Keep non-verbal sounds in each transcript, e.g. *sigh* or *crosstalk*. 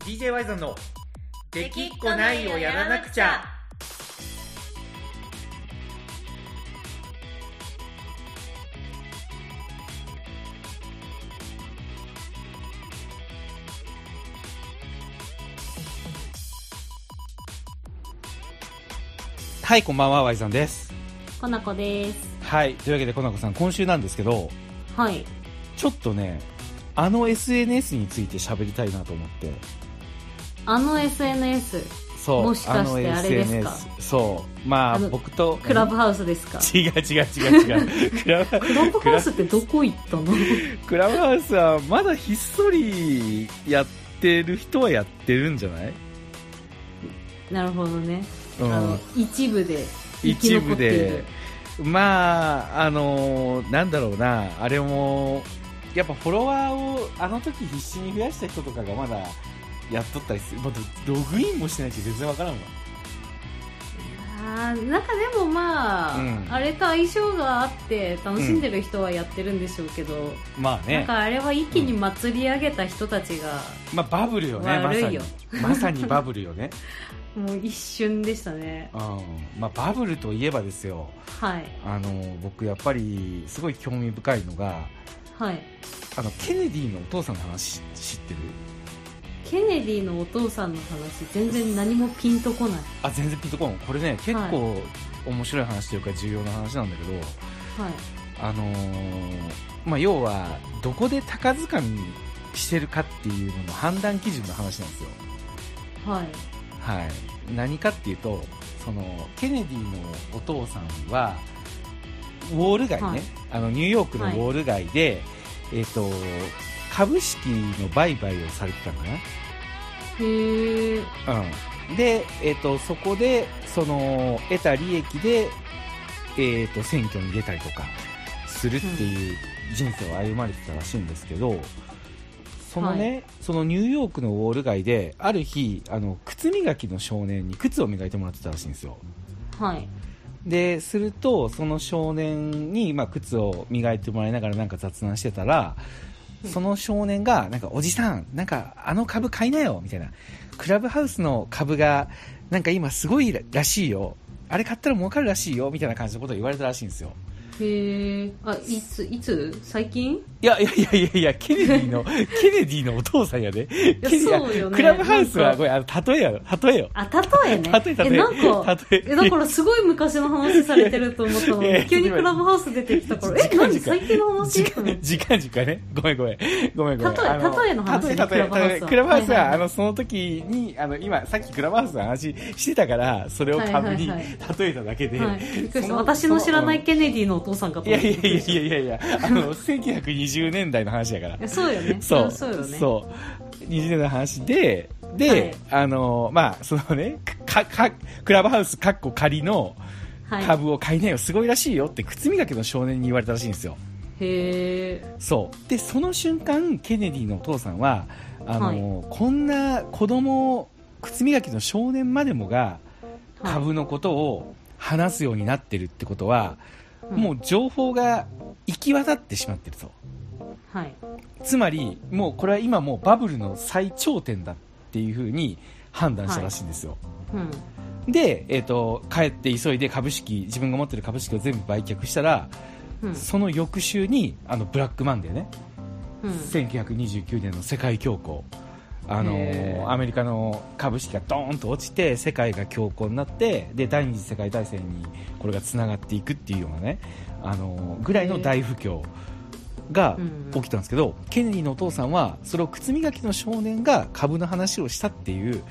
DJ ワイザンの「できっこないをやらなくちゃ」はい、こんばんは、ワイさんです。かなこですはい、というわけで、こなこさん、今週なんですけど、はいちょっとね、あの SNS について喋りたいなと思って。あの SNS そう、もしかしてあれですかあの SNS。そう、まあ、あの僕と、クラブハウスですか *laughs* 違う違う違う違う。クラブ、クラブハウスってどこ行っ *laughs* たのクラブハウスはまだひっそりやってる人はやってるんじゃないなるほどね、うんあの一部で生き一残部っているで、まあ、あのーなんだろうな、あれも、やっぱフォロワーをあの時必死に増やした人とかがまだやっとったりする、まあ、ロログインもしてないし全然わからんわ。あーなんかでもまあ、うんあれと相性があって楽しんでる人はやってるんでしょうけど、まあなんね、かあれは一気に祭り上げた人たちが、まあバブルよね、ま悪さいによ。まさにバブルよね。もう一瞬でしたねうん。まあバブルといえばですよ、はいあのー僕やっぱりすごい興味深いのが、はいあの、ケネディのお父さんの話知ってるケネディのお父さんの話全然何もピンとこないあ、全然ピンとこん。これね、結構面白い話というか重要な話なんだけど、はいあのーまあ、要はどこで高づかみしてるかっていうのの判断基準の話なんですよ、はいはい、何かっていうとそのケネディのお父さんはウォール街ね、はいあのニューヨークのウはいォール街で、えっと株式の売買をされてたのかなへえうん、で、えっとそこでその得た利益で、えっと選挙に出たりとかするっていう人生を歩まれてたらしいんですけどそのね、そのニューヨークのウォール街である日あの靴磨きの少年に靴を磨いてもらってたらしいんですよはいでするとその少年に、まあ、靴を磨いてもらいながらなんか雑談してたらその少年がなんかおじさんなんかあの株買いなよみたいなクラブハウスの株がなんか今すごいらしいよあれ買ったら儲かるらしいよみたいな感じのことを言われたらしいんですよへえあいついつ最近いやいやいやいやいやケネディのケネディのお父さんやで、ケネディそうよねクラブハウスなんはかこれあの例えやろ例えよあ例えね *laughs* 例え例ええなんか例ええだからすごい昔の話されてると思った *laughs* のいやいや *laughs* に急にクラブハウス出てきたからえ時間何時間最近の話時と思って間、時間、時間ね。ごめんごめん。ごめんごめん。例えあ例えの話ね例え、例えクラブハウスは例えクラブハウスはいはいは、はいあの、その時に、あの、今、さっきクラブハウスの話してたから、それを株にはいはい例えただけで。はい、びっくりそした私の知らないそケネディのお父さんかとい思やっいてやいやいやいやいや、あの、1920年代の話やから。えそうよねそう、そうよねそう。20年の話で、で、はいあの、まあ、そのね、か、か、クラブハウスかっこ仮のはい株を買いなよ、すごいらしいよって、靴磨きの少年に言われたらしいんですよ。へえそうでその瞬間ケネディのお父さんはあの、こんな子供靴磨きの少年までもが株のことを話すようになってるってことは、もう情報が行き渡ってしまってるとはいつまりもうこれは今もうバブルの最頂点だっていうふうに判断したらしいんですよ、うんで、えー、と帰って急いで株式自分が持ってる株式を全部売却したら、うんその翌週にあのブラックマンデーねうん1929年の世界恐慌あのへーアメリカの株式がドーンと落ちて世界が恐慌になってで第二次世界大戦にこれがつながっていくっていうようなねあのぐらいの大不況がうん起きたんですけど、ケネディのお父さんはそれを靴磨きの少年が株の話をしたっていう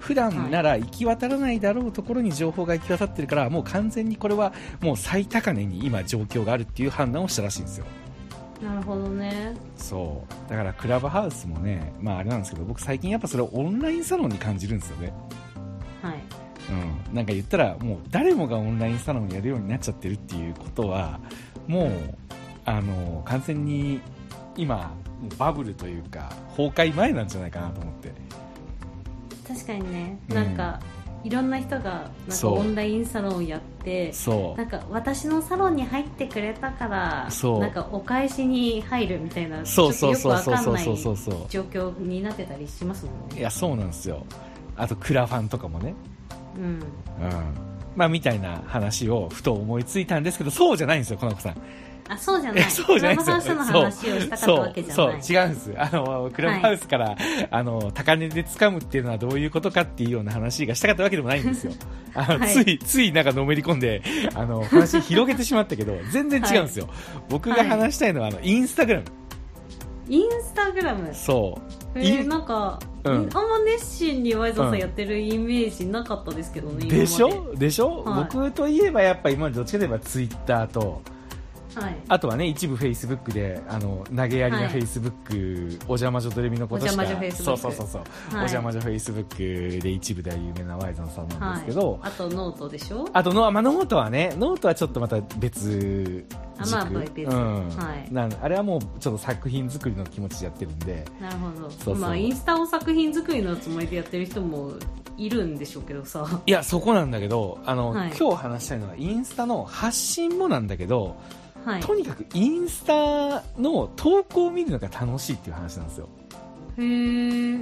普段なら行き渡らないだろうところに情報が行き渡ってるからもう完全にこれはもう最高値に今状況があるっていう判断をしたらしいんですよ。なるほどねそうだからクラブハウスもね、まあ、あれなんですけど僕最近やっぱそれをオンラインサロンに感じるんですよね、はいうん、なんか言ったらもう誰もがオンラインサロンやるようになっちゃってるっていうことはもうあの完全に今もうバブルというか崩壊前なんじゃないかなと思って確かにねうんなんか、いろんな人がなんそうかオンラインサロンをやってそなんか私のサロンに入ってくれたからそうなんかお返しに入るみたいなうそうそうちそょうっとそうよくそうわかんそうなそいうそ状況になってたりしますもんうねいやそうなんですよあとクラファンとかもねうんうんまあみたいな話をふと思いついたんですけどそうじゃないんですよこの子さんあそうじゃないいやそうじゃないクラブハウスの話をしたかったそわうけじゃそう違ないうんですあのクラブハウスから、あの高値で掴むっていうのはどういうことかっていうような話がしたかったわけでもないんです *laughs* よあの、はいついついなんかのめり込んであの話広げてしまったけど全然違うんですよ、僕が話したいのはあのインスタグラムインスタグラムそうえイー、ンなんか、うんあんま熱心にワイザーさうんんやってるイメージなかったですけどね、今までしょでしょ、はい僕といえばやっぱ今までどっちかといえばツイッターとはい、あとはね一部フェイスブックであの投げやりはないフェイスブックお邪魔女ドレミのことしおか邪魔女 Facebook そうそうそうそうはい、お邪魔女フェイスブックで一部では有名なワイザンさんなんですけど、はい、あとノートでしょあとノ,、まあ、ノートはねノートはちょっとまた別あ軸まあ別々うんはいなんあれはもうちょっと作品作りの気持ちでやってるんでなるほどそうそうまあインスタを作品作りのつもりでやってる人もいるんでしょうけどさいやそこなんだけどあの、はい今日話したいのはインスタの発信もなんだけど、はいとにかくインスタの投稿を見るのが楽しいっていう話なんですよ、へえ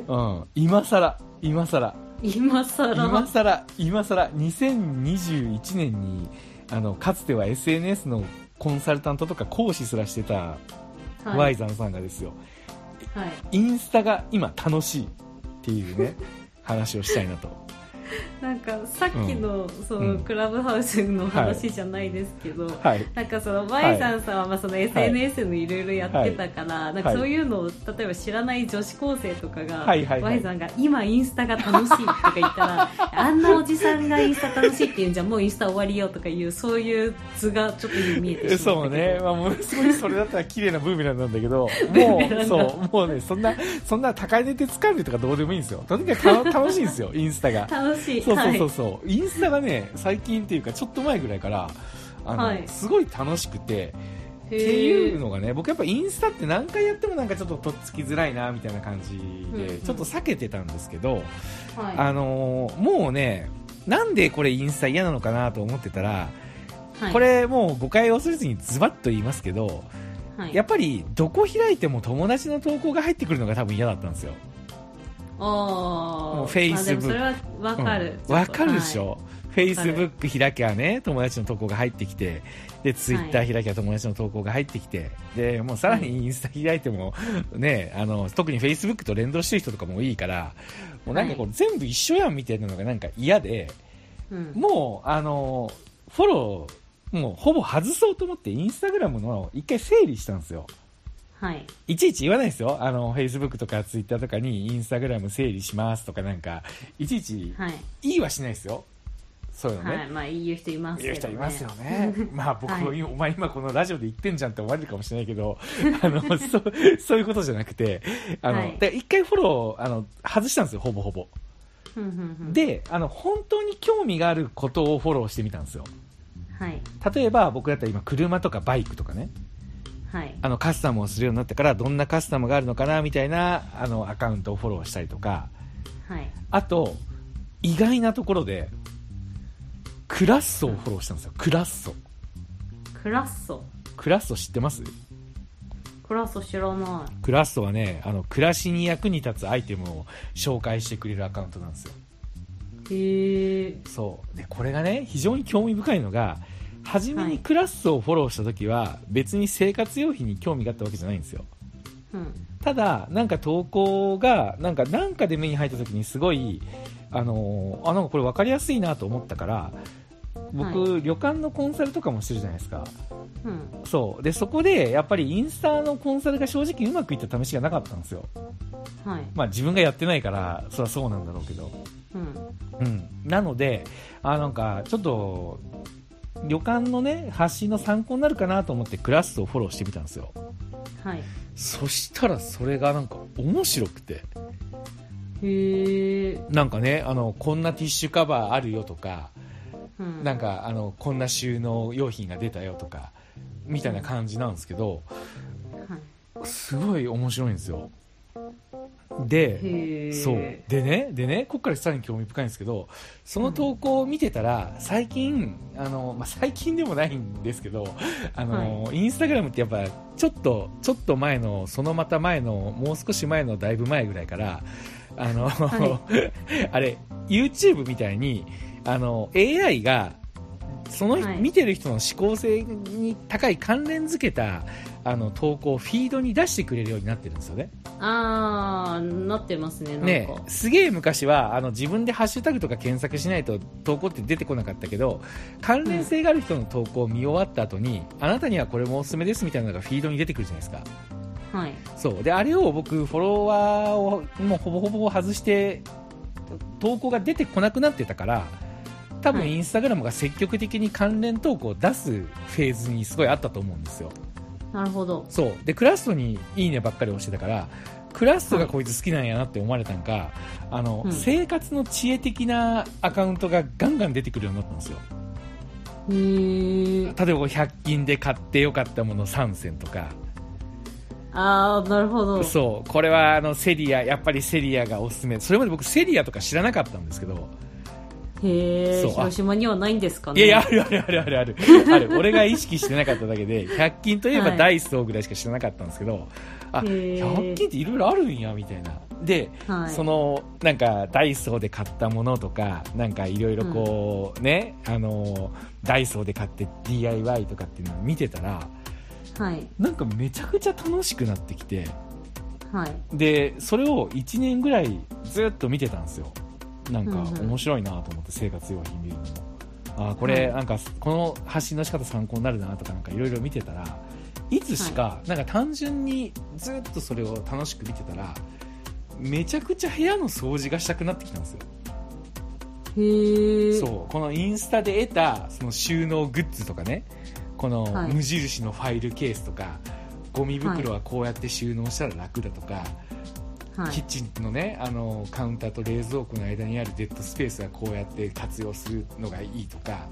うん、今さら今さら今更 *laughs* 今さら今さら2021年にあのかつては SNS のコンサルタントとか講師すらしてたはワイい、ザンさんがですよ、はい、インスタが今楽しいっていう *laughs* ね話をしたいなとなんかさっきの、そうのんクラブハウスの話じゃないですけど、はいなんかそのバイザンさんはまあその SNS のいろいろやってたから、なんかそういうのを例えば知らない女子高生とかが、はいはいはいバイザンが今インスタが楽しいとか言った *laughs* らあんなおじさんがインスタ楽しいって言うんじゃもうインスタ終わりよとかいうそういう図がちょっと今見えてしまそっうたけどね、まあ、ものすごいそれだったら綺麗なブーメランなんだけど *laughs* ブーもメラうンだそうもうねそんなそんな高い値で掴んでとかどうでもいいんですよとにかくた *laughs* 楽しいんですよインスタが楽しいそうそうそうはいそう、インスタがね最近っていうかちょっと前ぐらいからあの、はいすごい楽しくてってへいーうのがね僕やっぱインスタって何回やってもなんかちょっととっつきづらいなみたいな感じで、うんうんちょっと避けてたんですけど、はあのーもうねなんでこれインスタ嫌なのかなと思ってたら、いはいこれもう誤解を恐れずにズバッと言いますけど、はいやっぱりどこ開いても友達の投稿が入ってくるのが多分嫌だったんですよ。あもあう Facebook まあでもそれはわかる、ちょっとわかるでしょ、フェイわかスブるック開きゃね友達の投稿が入ってきてでツイッター開きゃ友達の投稿が入ってきてでもうさらにインスタ開いても、ねあの特にフェイスブックと連動してる人とかもいいからもうなんかこれ全部一緒やんみたいなのがなんか嫌ではいうんもうあのフォローもうほぼ外そうと思ってインスタグラムの一回整理したんですよ。はいいちいち言わないですよ。あの、Facebook とか Twitter とかにインスタグラム整理しますとかなんか、いちいちはい、いいはしないですよ。そういうのね。はい、まあ言う人いますけ言ど、う人ね、いますよね。 *laughs* まあ僕、はお前今このラジオで言ってんじゃんって思われるかもしれないけ *laughs* ど、あの、そう、そういうことじゃなくて、あの、はいで一回フォロー、あの、外したんですよ、ほぼほぼ。うんうんうんで、あの、本当に興味があることをフォローしてみたんですよ。はい例えば僕だったら今車とかバイクとかね、はいあの、カスタムをするようになってからどんなカスタムがあるのかな、みたいな、あの、アカウントをフォローしたりとか、はいあと、意外なところで、クラッソをフォローしたんですよ。クラッソ。クラッソクラッソ知ってますクラッソ知らなクラッソはね、あの、暮らしに役に立つアイテムを紹介してくれるアカウントなんですよ。いへえそう。で、これがね、非常に興味深いのが、初めはいにクラッソをフォローした時は、別に生活用品に興味があったわけじゃないんですよ。うんただ、なんか投稿が、なんか、なんかで目に入った時にすごい、あのーあ、なんかこれ分かりやすいなと思ったから、僕、は旅館のコンサルとかもしてるじゃないですか。うんそう。で、そこで、やっぱりインスタのコンサルが正直うまくいった試しがなかったんですよ。はいまあ自分がやってないから、そりゃそうなんだろうけど。うんうん。なので、あ、なんか、ちょっと、旅館のね、発信の参考になるかなと思ってクラスをフォローしてみたんですよ。はいそしたらそれがなんか面白くて。へえなんかね、あの、こんなティッシュカバーあるよとか、うんなんか、あの、こんな収納用品が出たよとか、みたいな感じなんですけど、はいすごい面白いんですよ。で、へーそうでねでねここからさらに興味深いんですけどその投稿を見てたら最近あの、まあ、最近でもないんですけどあの、インスタグラムってやっぱちょっとちょっと前のそのまた前のもう少し前のだいぶ前ぐらいからあの、は *laughs* あれ YouTube みたいにあの AI がその、はい見てる人の思考性に高い関連づけたあの投稿をフィードに出してくれるようになってるんですよね。ああなってますねなんか、ね、すげえ昔はあの自分でハッシュタグとか検索しないと投稿って出てこなかったけど関連性がある人の投稿を見終わった後に、あなたにはこれもおすすめですみたいなのがフィードに出てくるじゃないですかはいそうであれを僕フォロワーをもうほぼほぼ外して投稿が出てこなくなってたから多は分いインスタグラムが積極的に関連投稿を出すフェーズにすごいあったと思うんですよなるほどそうでクラストに「いいね」ばっかり押してたからクラストがこいつ好きなんやなって思われたんか、あのうん生活の知恵的なアカウントがガンガン出てくるようになったんですよへー例えばこう100均で買ってよかったもの3選とかああなるほどそうこれはあのセリアやっぱりセリアがおすすめそれまで僕セリアとか知らなかったんですけどへえそうあ広島にはないんですかいねやいやあるあるあるあるあるある俺が意識してなかっただけで100均といえばはいダイソーぐらいしか知らなかったんですけど、あへー100均っていろいろあるんやみたいなではい、そのなんかダイソーで買ったものとかなんかいろいろこう、ねあのダイソーで買って DIY とかっていうのを見てたらはいなんかめちゃくちゃ楽しくなってきてはいでそれを1年ぐらいずっと見てたんですよなんかうんうん面白いなと思って生活用品見るのもあーこれはいなんかこの発信の仕方参考になるなとかなんかいろいろ見てたらいつしかなんか単純にずっとそれを楽しく見てたらめちゃくちゃ部屋の掃除がしたくなってきたんですよへえそうこのインスタで得たその収納グッズとかねこのはい無印のファイルケースとか、ゴミ袋はこうやって収納したら楽だとか、はキいッチンのねあのカウンターと冷蔵庫の間にあるデッドスペースはこうやって活用するのがいいとか、はい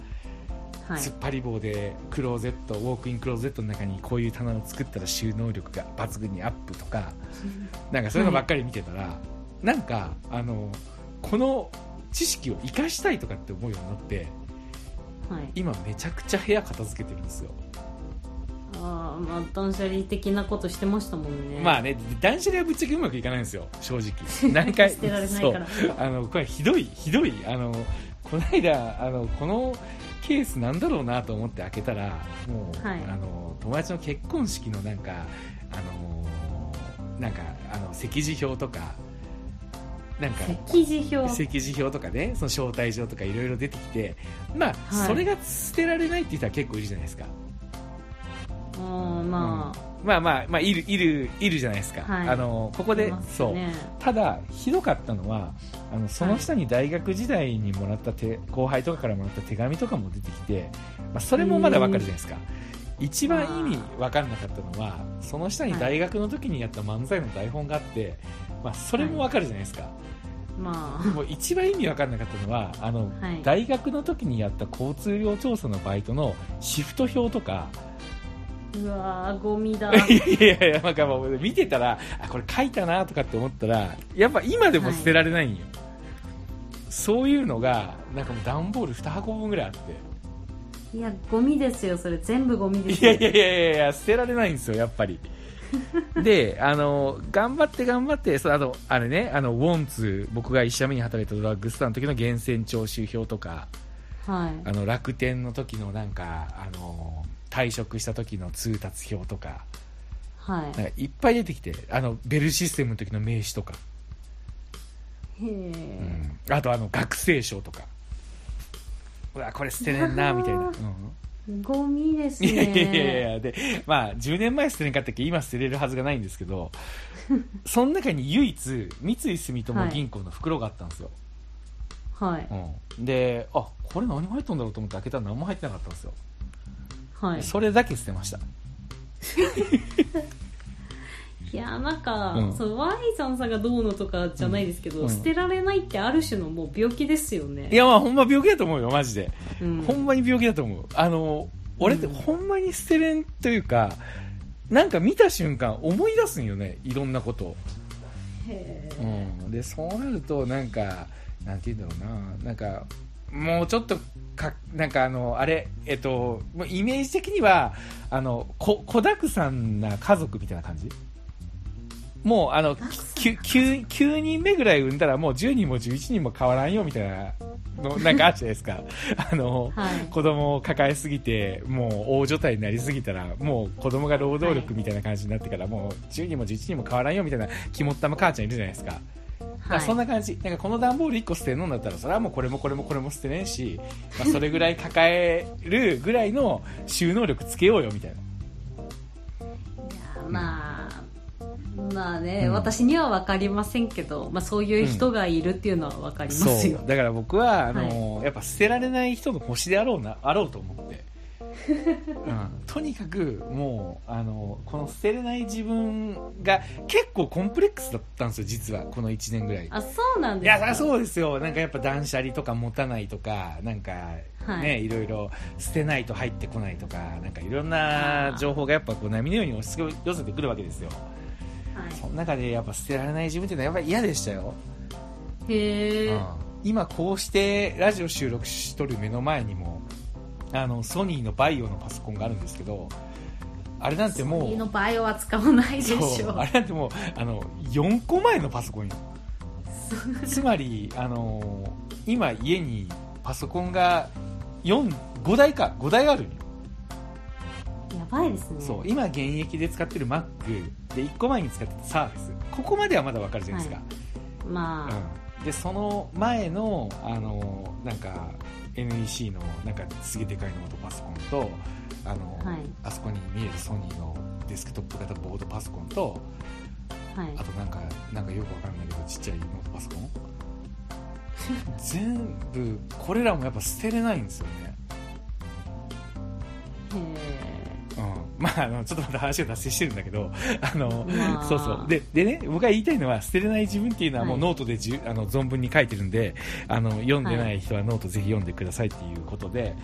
突っ張り棒でクローゼットウォークインクローゼットの中にこういう棚を作ったら収納力が抜群にアップとかなんかそういうのばっかり見てたら、なんかあのこの知識を生かしたいとかって思うようになってはい今めちゃくちゃ部屋片付けてるんですよ、ああまあ断捨離的なことしてましたもんねまああね断捨離はぶっちゃけうまくいかないんですよ正 *laughs* 直何回捨てられないからそうあのこれひどいひどいあのこの間あのこのケースなんだろうなと思って開けたらもう、はいあの友達の結婚式のなんかあのなんかあの席次表とかなんか席次表席次表とかねその招待状とかいろいろ出てきてまあ、はいそれが捨てられないっていう人は結構いるじゃないですかうんまあ、まあまあ、まあ、いるいるいるじゃないですか、はいあのこここで、そうただひどかったのはあのその下に大学時代にもらった手、後輩とかからもらった手紙とかも出てきて、まあ、それもまだわかるじゃないですか一番意味わかんなかったのはその下に大学の時にやった漫才の台本があって、まあ、それもわかるじゃないですか、までも一番意味わかんなかったのはあの、あはい大学の時にやった交通量調査のバイトのシフト表とか、うわーゴミだいやいやいやなんかもう見てたらあこれ書いたなとかって思ったらやっぱ今でも捨てられないんよ、そういうのがなんかもう段ボール2箱分ぐらいあっいやゴミですよそれ全部ゴミでていすやよいやいやいやいや捨てられないんですよやっぱ *laughs* りであの頑張って頑張ってそうあとあれねあのウォンツ僕が1社目に働いたドラッグストアの時の源泉徴収票とかはいあの楽天の時のなんかあの退職した時の通達表とかはなんかいっぱい出てきてあのベルシステムの時の名刺とかいへえあとあの学生証とかうわこれ捨てねんなみたいな、うんゴミですいやいやいやねいやでまあ10年前捨てれんかったっけ今捨てれるはずがないんですけ *laughs* どその中に唯一三井住友銀行の袋があったんですよ、はいうん、であこれ何入ったんだろうと思って開けたら何も入ってなかったんですよ、はいそれだけ捨てましたいやなんか、うんそのワイザンさんがどうのとかじゃないですけど、うん捨てられないってある種のもう病気ですよねいやまあほんま病気だと思うよマジでうんほんまに病気だと思う。あの、俺ってうんほんまに捨てれんというか、なんか見た瞬間思い出すんよね、いろんなことを。へうえん、でそうなるとなんかなんて言うんだろうななんかもうちょっとかなんかあのあれえっともうイメージ的にはあのこ子だくさんな家族みたいな感じもうあのききゅ 9, 9人目ぐらい産んだらもう10人も11人も変わらんよみたいなのなんかあるじゃないですかあのはい子供を抱えすぎてもう大所帯になりすぎたらもう子供が労働力みたいな感じになってからもう10人も11人も変わらんよみたいな肝っ玉母ちゃんいるじゃないですか。まあはいそんな感じ、なんかこの段ボール1個捨てるのだったらそれはもうこれもこれもこれも捨てねえし、まあ、それぐらい抱えるぐらいの収納力つけようよみたいな。いやまあまあね、うん私には分かりませんけど、まあ、そういう人がいるっていうのは分かりますよ、だから僕はあの、やっぱ捨てられない人の星であろうなあろうと思 *laughs* って、うん、とにかくもうあのこの捨てれない自分が結構コンプレックスだったんですよ実はこの1年ぐらい。あそうなんいですやかそりゃそうですよなんかやっぱ断捨離とか持たないとかなんかね、、はいいろいろ捨てないと入ってこないとかなんかいろんな情報がやっぱこう波のように押し寄せてくるわけですよそはの中でやっぱ捨てられない自分っていうのはやっぱり嫌でしたよ、い、へえ、うん今こうしてラジオ収録しとる目の前にもあのソニーのバイオのパソコンがあるんですけどあれなんてもソニーのう場合は使わないでしょそうあれなんてもうあの4個前のパソコンよつまり、あのー今家にパソコンが4 5台か5台あるんよ *laughs* やばいですねそう今現役で使ってる Mac で1個前に使ってた Surface ここまではまだわかるじゃないですか、まあ、うん、でその前の、あのーなんか NEC のなんかすげえでかいノートパソコンと、あのーはいあそこに見えるソニーのデスクトップ型ボードパソコンとはいあとなんかなんかよくわかんないけどちっちゃいノートパソコ *laughs* ン全部これらもやっぱ捨てれないんですよね、へえうん、まああのちょっとまた話が脱線してるんだけどあのまあそうそうででね僕が言いたいのは捨てれない自分っていうのはもうはいノートでじゅ、あの存分に書いてるんであの読んでない人はノートぜひ読んでくださいっていうことで、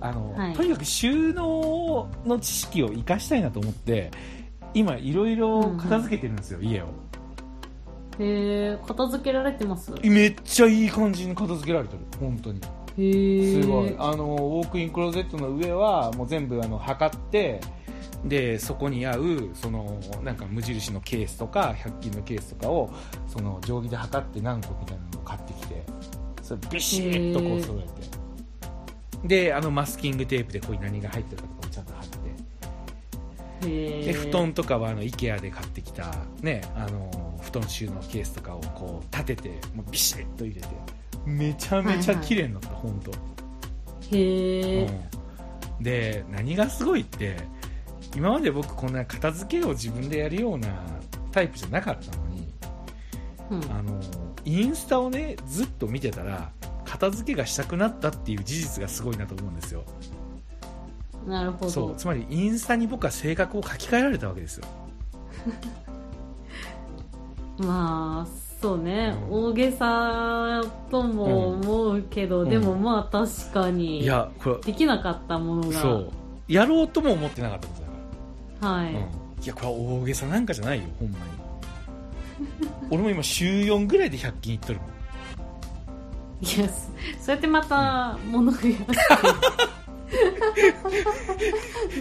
あのはいとにかく収納の知識を生かしたいなと思って今いろいろ片付けてるんですよ、家をへえ片付けられてますへめっちゃいい感じに片付けられてる本当にえすごいあのウォークインクローゼットの上はもう全部あの測ってでそこに合うそのなんか無印のケースとか100均のケースとかをその定規で測って何個みたいなのを買ってきてそれビシッとこう揃えてであのマスキングテープでここに何が入ってるかとかをちゃんと貼ってへでえ布団とかはあの IKEA で買ってきた、ね、あの布団収納ケースとかをこう立ててもうビシッと入れてめちゃめちゃ綺麗になった、本当。へえ、うんで何がすごいって今まで僕こんな片付けを自分でやるようなタイプじゃなかったのにうんあのインスタをねずっと見てたら片付けがしたくなったっていう事実がすごいなと思うんですよなるほどそうつまりインスタに僕は性格を書き換えられたわけですよまあそうね、う大げさとも思うけど、うんでもまあ確かいにやこできなかったものれがそうやろうとも思ってなかったことだからはい、うんいやこれは大げさなんかじゃないよほんまに *laughs* 俺も今週4ぐらいで100均いっとるもんいやそそうやってまた物増 *laughs* やして、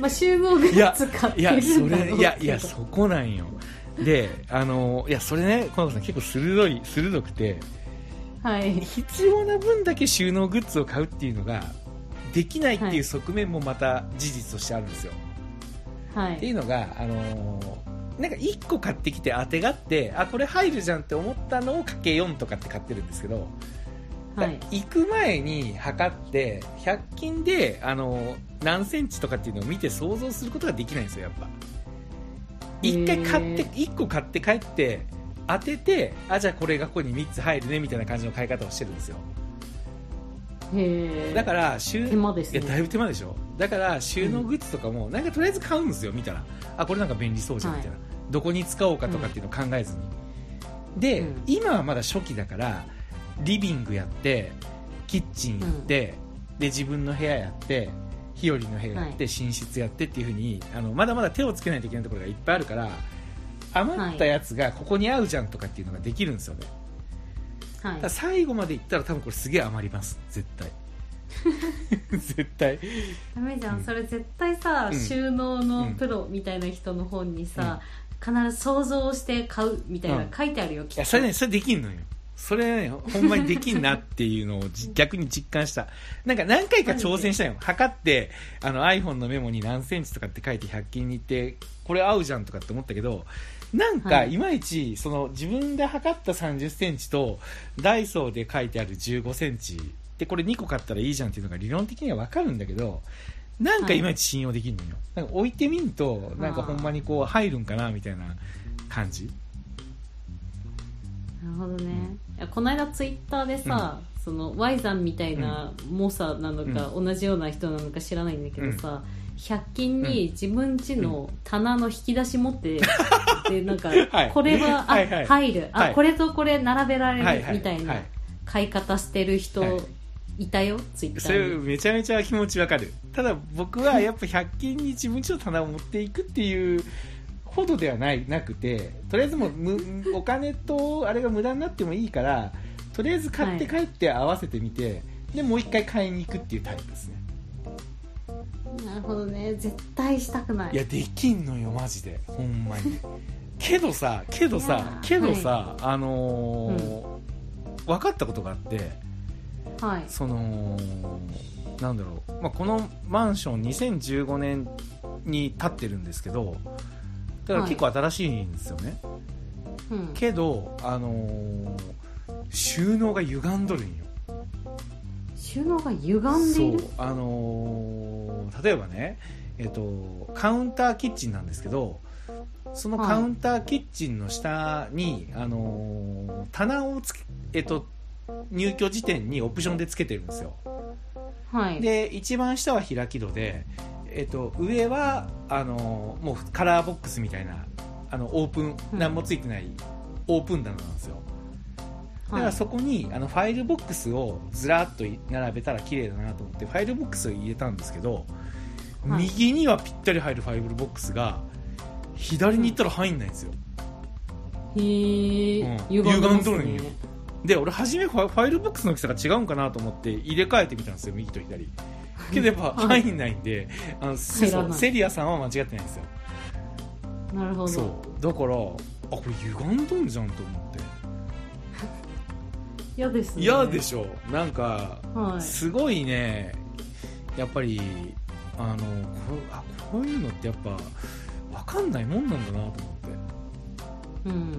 まあ収納グッズ買っい *laughs* てるんだやそれろうけどいやいやそこなんよであのいやそれねこの子さん結構鋭い鋭くてはい必要な分だけ収納グッズを買うっていうのができないってはいうい側面もまた事実としてあるんですよ、はっていいうのがあのなんか1個買ってきて当てがってあこれ入るじゃんって思ったのをかけ4とかって買ってるんですけど、はい行く前に測って100均であの何センチとかっていうのを見て想像することができないんですよやっぱ一回買ってへ一個買って帰って当ててあじゃあこれがここに3つ入るねみたいな感じの買い方をしてるんですよへえだから収手間ですいやねだいぶ手間でしょだから収納グッズとかも、なんかとりあえず買うんですよ見たらあこれなんか便利そうじゃんみたいな、どこに使おうかとかっていうのを考えずに、で、うん今はまだ初期だからリビングやってキッチンやって、で自分の部屋やって日和の部屋やって、は寝室やってっていうふうにあのまだまだ手をつけないといけないところがいっぱいあるから余ったやつがここに合うじゃんとかっていうのができるんですよね、はいただ最後までいったら多分これすげえ余ります絶 *laughs* 対絶対ダメじゃんそれ絶対さ、うん収納のプロみたいな人の本にさ、必ず想像して買うみたいなうん書いてあるよ、きっいとやそれねそれできんのよそれねほんまにできんなっていうのをじ逆に実感したなんか何回か挑戦したよ測ってあの iPhone のメモに何センチとかって書いて100均に行ってこれ合うじゃんとかって思ったけどなんはかいいまいちその自分で測った3 0センチとダイソーで書いてある1 5センチでこれ2個買ったらいいじゃんっていうのが理論的には分かるんだけどなんかいまいち信用できんのよ、なんか置いてみんとなんかほんまにこう入るんかなみたいな感じなるほどね、いやこの間ツイッターでさ、その Y さんみたいな猛者なのか、同じような人なのか知らないんだけどさ、100均に自分家の棚の引き出し持 *laughs* って、でなんか、はいこれはあ、はいはい入るあ、はいこれとこれ並べられる、はいはいみたいなはい買い方してる人、はいい、たよツイッタそれーに。めちゃめちゃ気持ちわかるただ僕はやっぱ100均に自分ちの棚を持っていくっていうほどではないなくてとりあえずもうむお金とあれが無駄になってもいいからとりあえず買って帰って合わせてみて、でもう一回買いに行くっていうタイプですねなるほどね絶対したくないいやできんのよマジでほんまにけどさけどいやさーけどさ、あのー分かったことがあってはいそのなんだろう、まあ、このマンション2015年に建ってるんですけどだから結構新しいんですよね、うん、けど、あのー収納が歪んどるんよ収納が歪んでいるそうあのー例えばね、えっとカウンターキッチンなんですけどそのカウンターキッチンの下に、あのー棚をつけ、えっと入居時点にオプションでつけてるんですよはいで一番下は開き戸で、えっと、上はあのもうカラーボックスみたいなあのオープンうん何もついてないオープン棚なんですよだかはらいそこにあのファイルボックスをずらっと並べたら綺麗だなと思ってファイルボックスを入れたんですけど、はい右にはぴったり入るファイルボックスが左に行ったら入んないんですよ、へえ、うん歪んでます歪んどるんねよで俺初めファファイルボックスの大きさが違うんかなと思って入れ替えてみたんですよ右と左けどやっぱはい入んないんで、あのセ入らないセリアさんは間違ってないんですよなるほどそうだからあこれ歪んどんじゃんと思って嫌ですね嫌でしょなんかはいすごいねやっぱりあのこあこういうのってやっぱ分かんないもんなんだなと思って、うん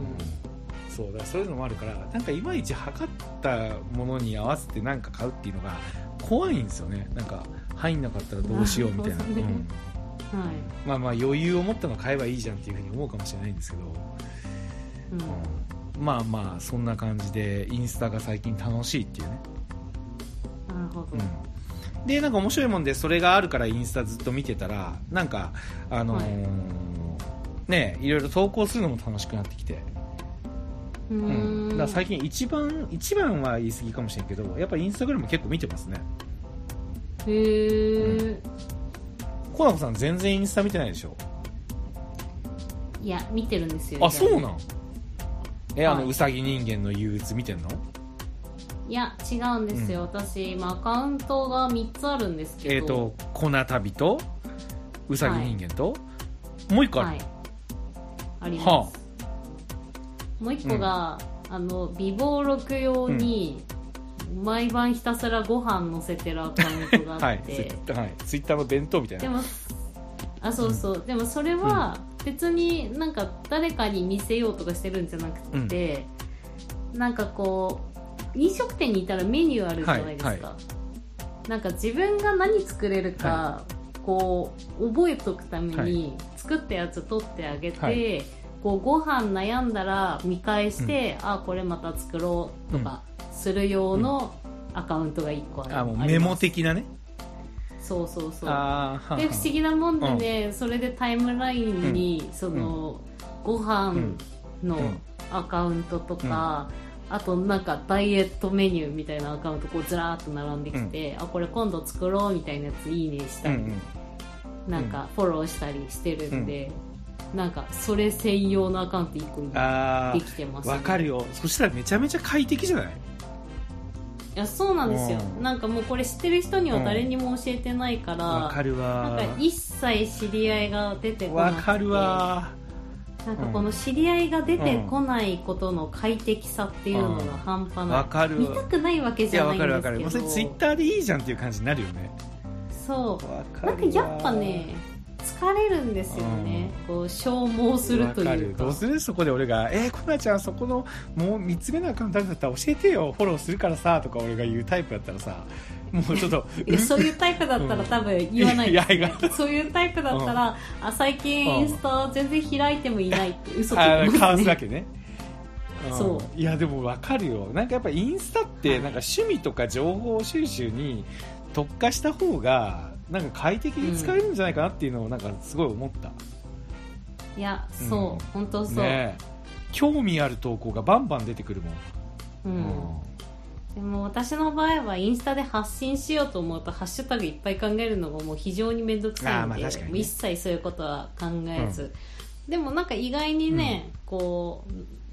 そうだからそういうのもあるからなんかいまいち測ったものに合わせてなんか買うっていうのが怖いんですよねなんか入んなかったらどうしよう *laughs* みたいななるほどねうんはい、まあまあ余裕を持ったの買えばいいじゃんっていうふうに思うかもしれないんですけど、うん、まあまあそんな感じでインスタが最近楽しいっていうね、なるほど、うん、でなんか面白いもんでそれがあるからインスタずっと見てたらなんかあのーねいろいろ投稿するのも楽しくなってきて、ううーん、んだから最近一番一番は言い過ぎかもしれんけどやっぱインスタグラム結構見てますねへえ、コナコさん全然インスタ見てないでしょいや見てるんですよあそうなんえあはのいうさぎ人間の憂鬱見てんのいや違うんですよ、私今アカウントが3つあるんですけどえっ、と「粉旅」と「うさぎ人間と」もう一個ある、はいあります、はもう一個が、あの美貌録用に、毎晩ひたすらご飯載せてるアカウントがはあっい、て、ツイッターはい、ツイッターの弁当みたいでな。もあそうそう、でもそれは別になんか誰かに見せようとかしてるんじゃなくて、なんかこう飲食店にいたらメニューあるじゃないですか、はいはなんか自分が何作れるか、こう覚えとくためはに作ったやつ取ってあげて、はいこうご飯悩んだら見返して、あこれまた作ろうとかする用のアカウントが1個あるあ、もうあメりますモ的なね。そうそうそうああ、はんはでん不思議なもんでね、それでタイムラインに、その、ご飯うのんアカウントとか、あとなんかダイエットメニューみたいなアカウントこうずらーっと並んできて、あこれ今度作ろうみたいなやついいねしうたんり、うん。なんかフォローしたりしてるんで、なんかそれ専用のアカウント1個にあできてますあわかるよそしたらめちゃめちゃ快適じゃないいやそうなんですよ、うんなんかもうこれ知ってる人には誰にも教えてないから、わかるなわんか一切知り合いが出てこなわくてかるわなんかこの知り合いが出てこないことの快適さっていうのが半端わなかい、る見たくないわけいじやゃなわいんかるわでかするけもどうそれツイッターでいいじゃんっていう感じになるよねそわうかなるんかやっぱね疲れるんですよね、こう消耗するとわかいうるかどうするそこで俺が「えー、コナちゃんそこのもう3つ目のアカウントあるんだったら教えてよフォローするからさ」とか俺が言うタイプだったらさもうちょっとえそういうタイプだったら多分言わないです、ねいやいそういうタイプだったら、あ最近インスタ全然開いてもいないって嘘ついあてーかまわすすわねけね。んそういやでもわかるよなんかやっぱインスタってなんか趣味とか情報収集に特化した方がなんか快適に使えるんじゃないかなっていうのをなんかすごい思った、いやそう、うん本当そう、ねえ興味ある投稿がバンバン出てくるもん、うん、でも私の場合はインスタで発信しようと思うとハッシュタグいっぱい考えるのがもう非常に面倒くさいのあーで、まあ確かにねもう一切そういうことは考えず、でもなんか意外にね、こ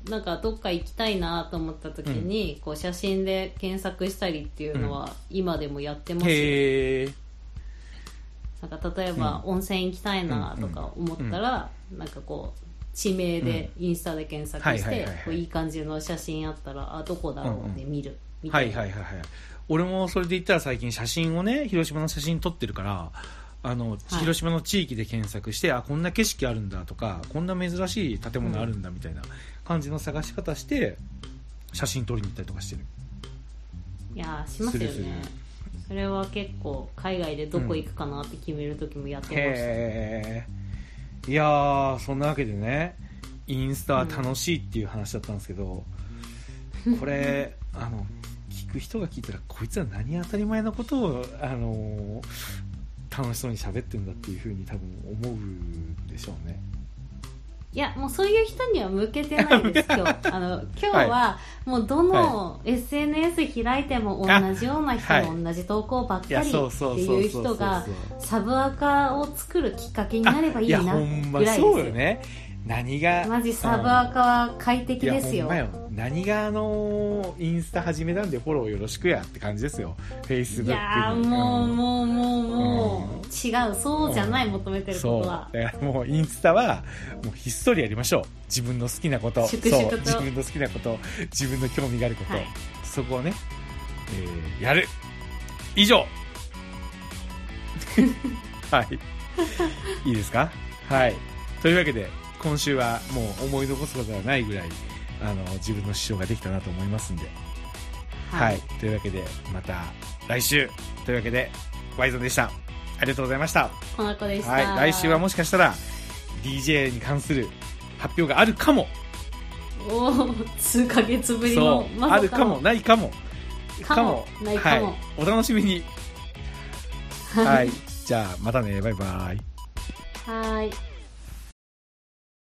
うなんかどっか行きたいなと思った時に、こう写真で検索したりっていうのは今でもやってますよ、へえなんか例えば温泉行きたいなとか思ったら、なんかこう地名でインスタで検索しうんはいはいはいてはいこういい感じの写真あったらあどこだろうって見るみたはいいなはいはいはい俺もそれで言ったら最近写真をね広島の写真撮ってるからあの、い広島の地域で検索してあこんな景色あるんだとかこんな珍しい建物あるんだみたいな感じの探し方して写真撮りに行ったりとかしてるいやーしますよねするするそれは結構海外でどこ行くかなって決める時もやってました、へえいやーそんなわけでねインスタは楽しいっていう話だったんですけど、これあの聞く人が聞いたらこいつは何当たり前のことを、あのー楽しそうに喋ってんだっていうふうに多分思うんでしょうねいやもうそういう人には向けてないです今 *laughs* 日あの今日はもうどの SNS 開いても同じような人あはいの同じ投稿ばっいかやりそうってそうそういうそうそ人うがサブアカを作るきっかけになればいいいなやぐほらいんまですそうよよね何がマジサブアカは快適いやですよほんまよ何があのーインスタ始めたんでフォローよろしくやって感じですよフェイスいブックやーもうもうもうもうんう違うそうじゃない求めてることはそうだからもうインスタはもうひっそりやりましょう自分の好きなこと粛々とそう自分の好きなこと自分の興味があること、はいそこをね、えーやる以 *laughs* 上はいいいですかはいというわけで今週はもう思い残すことはないぐらいあの自分の主張ができたなと思いますんではい、というわけでまた来週というわけでワイゾンでしたありがとうございましたこの子でした、はい、来週はもしかしたら DJ に関する発表があるかも、おー数ヶ月ぶりのそう、まさあるかも、ないかも、かもないかもはい、お楽しみ *laughs* に。はい、じゃあまたね、バイバイ。はーい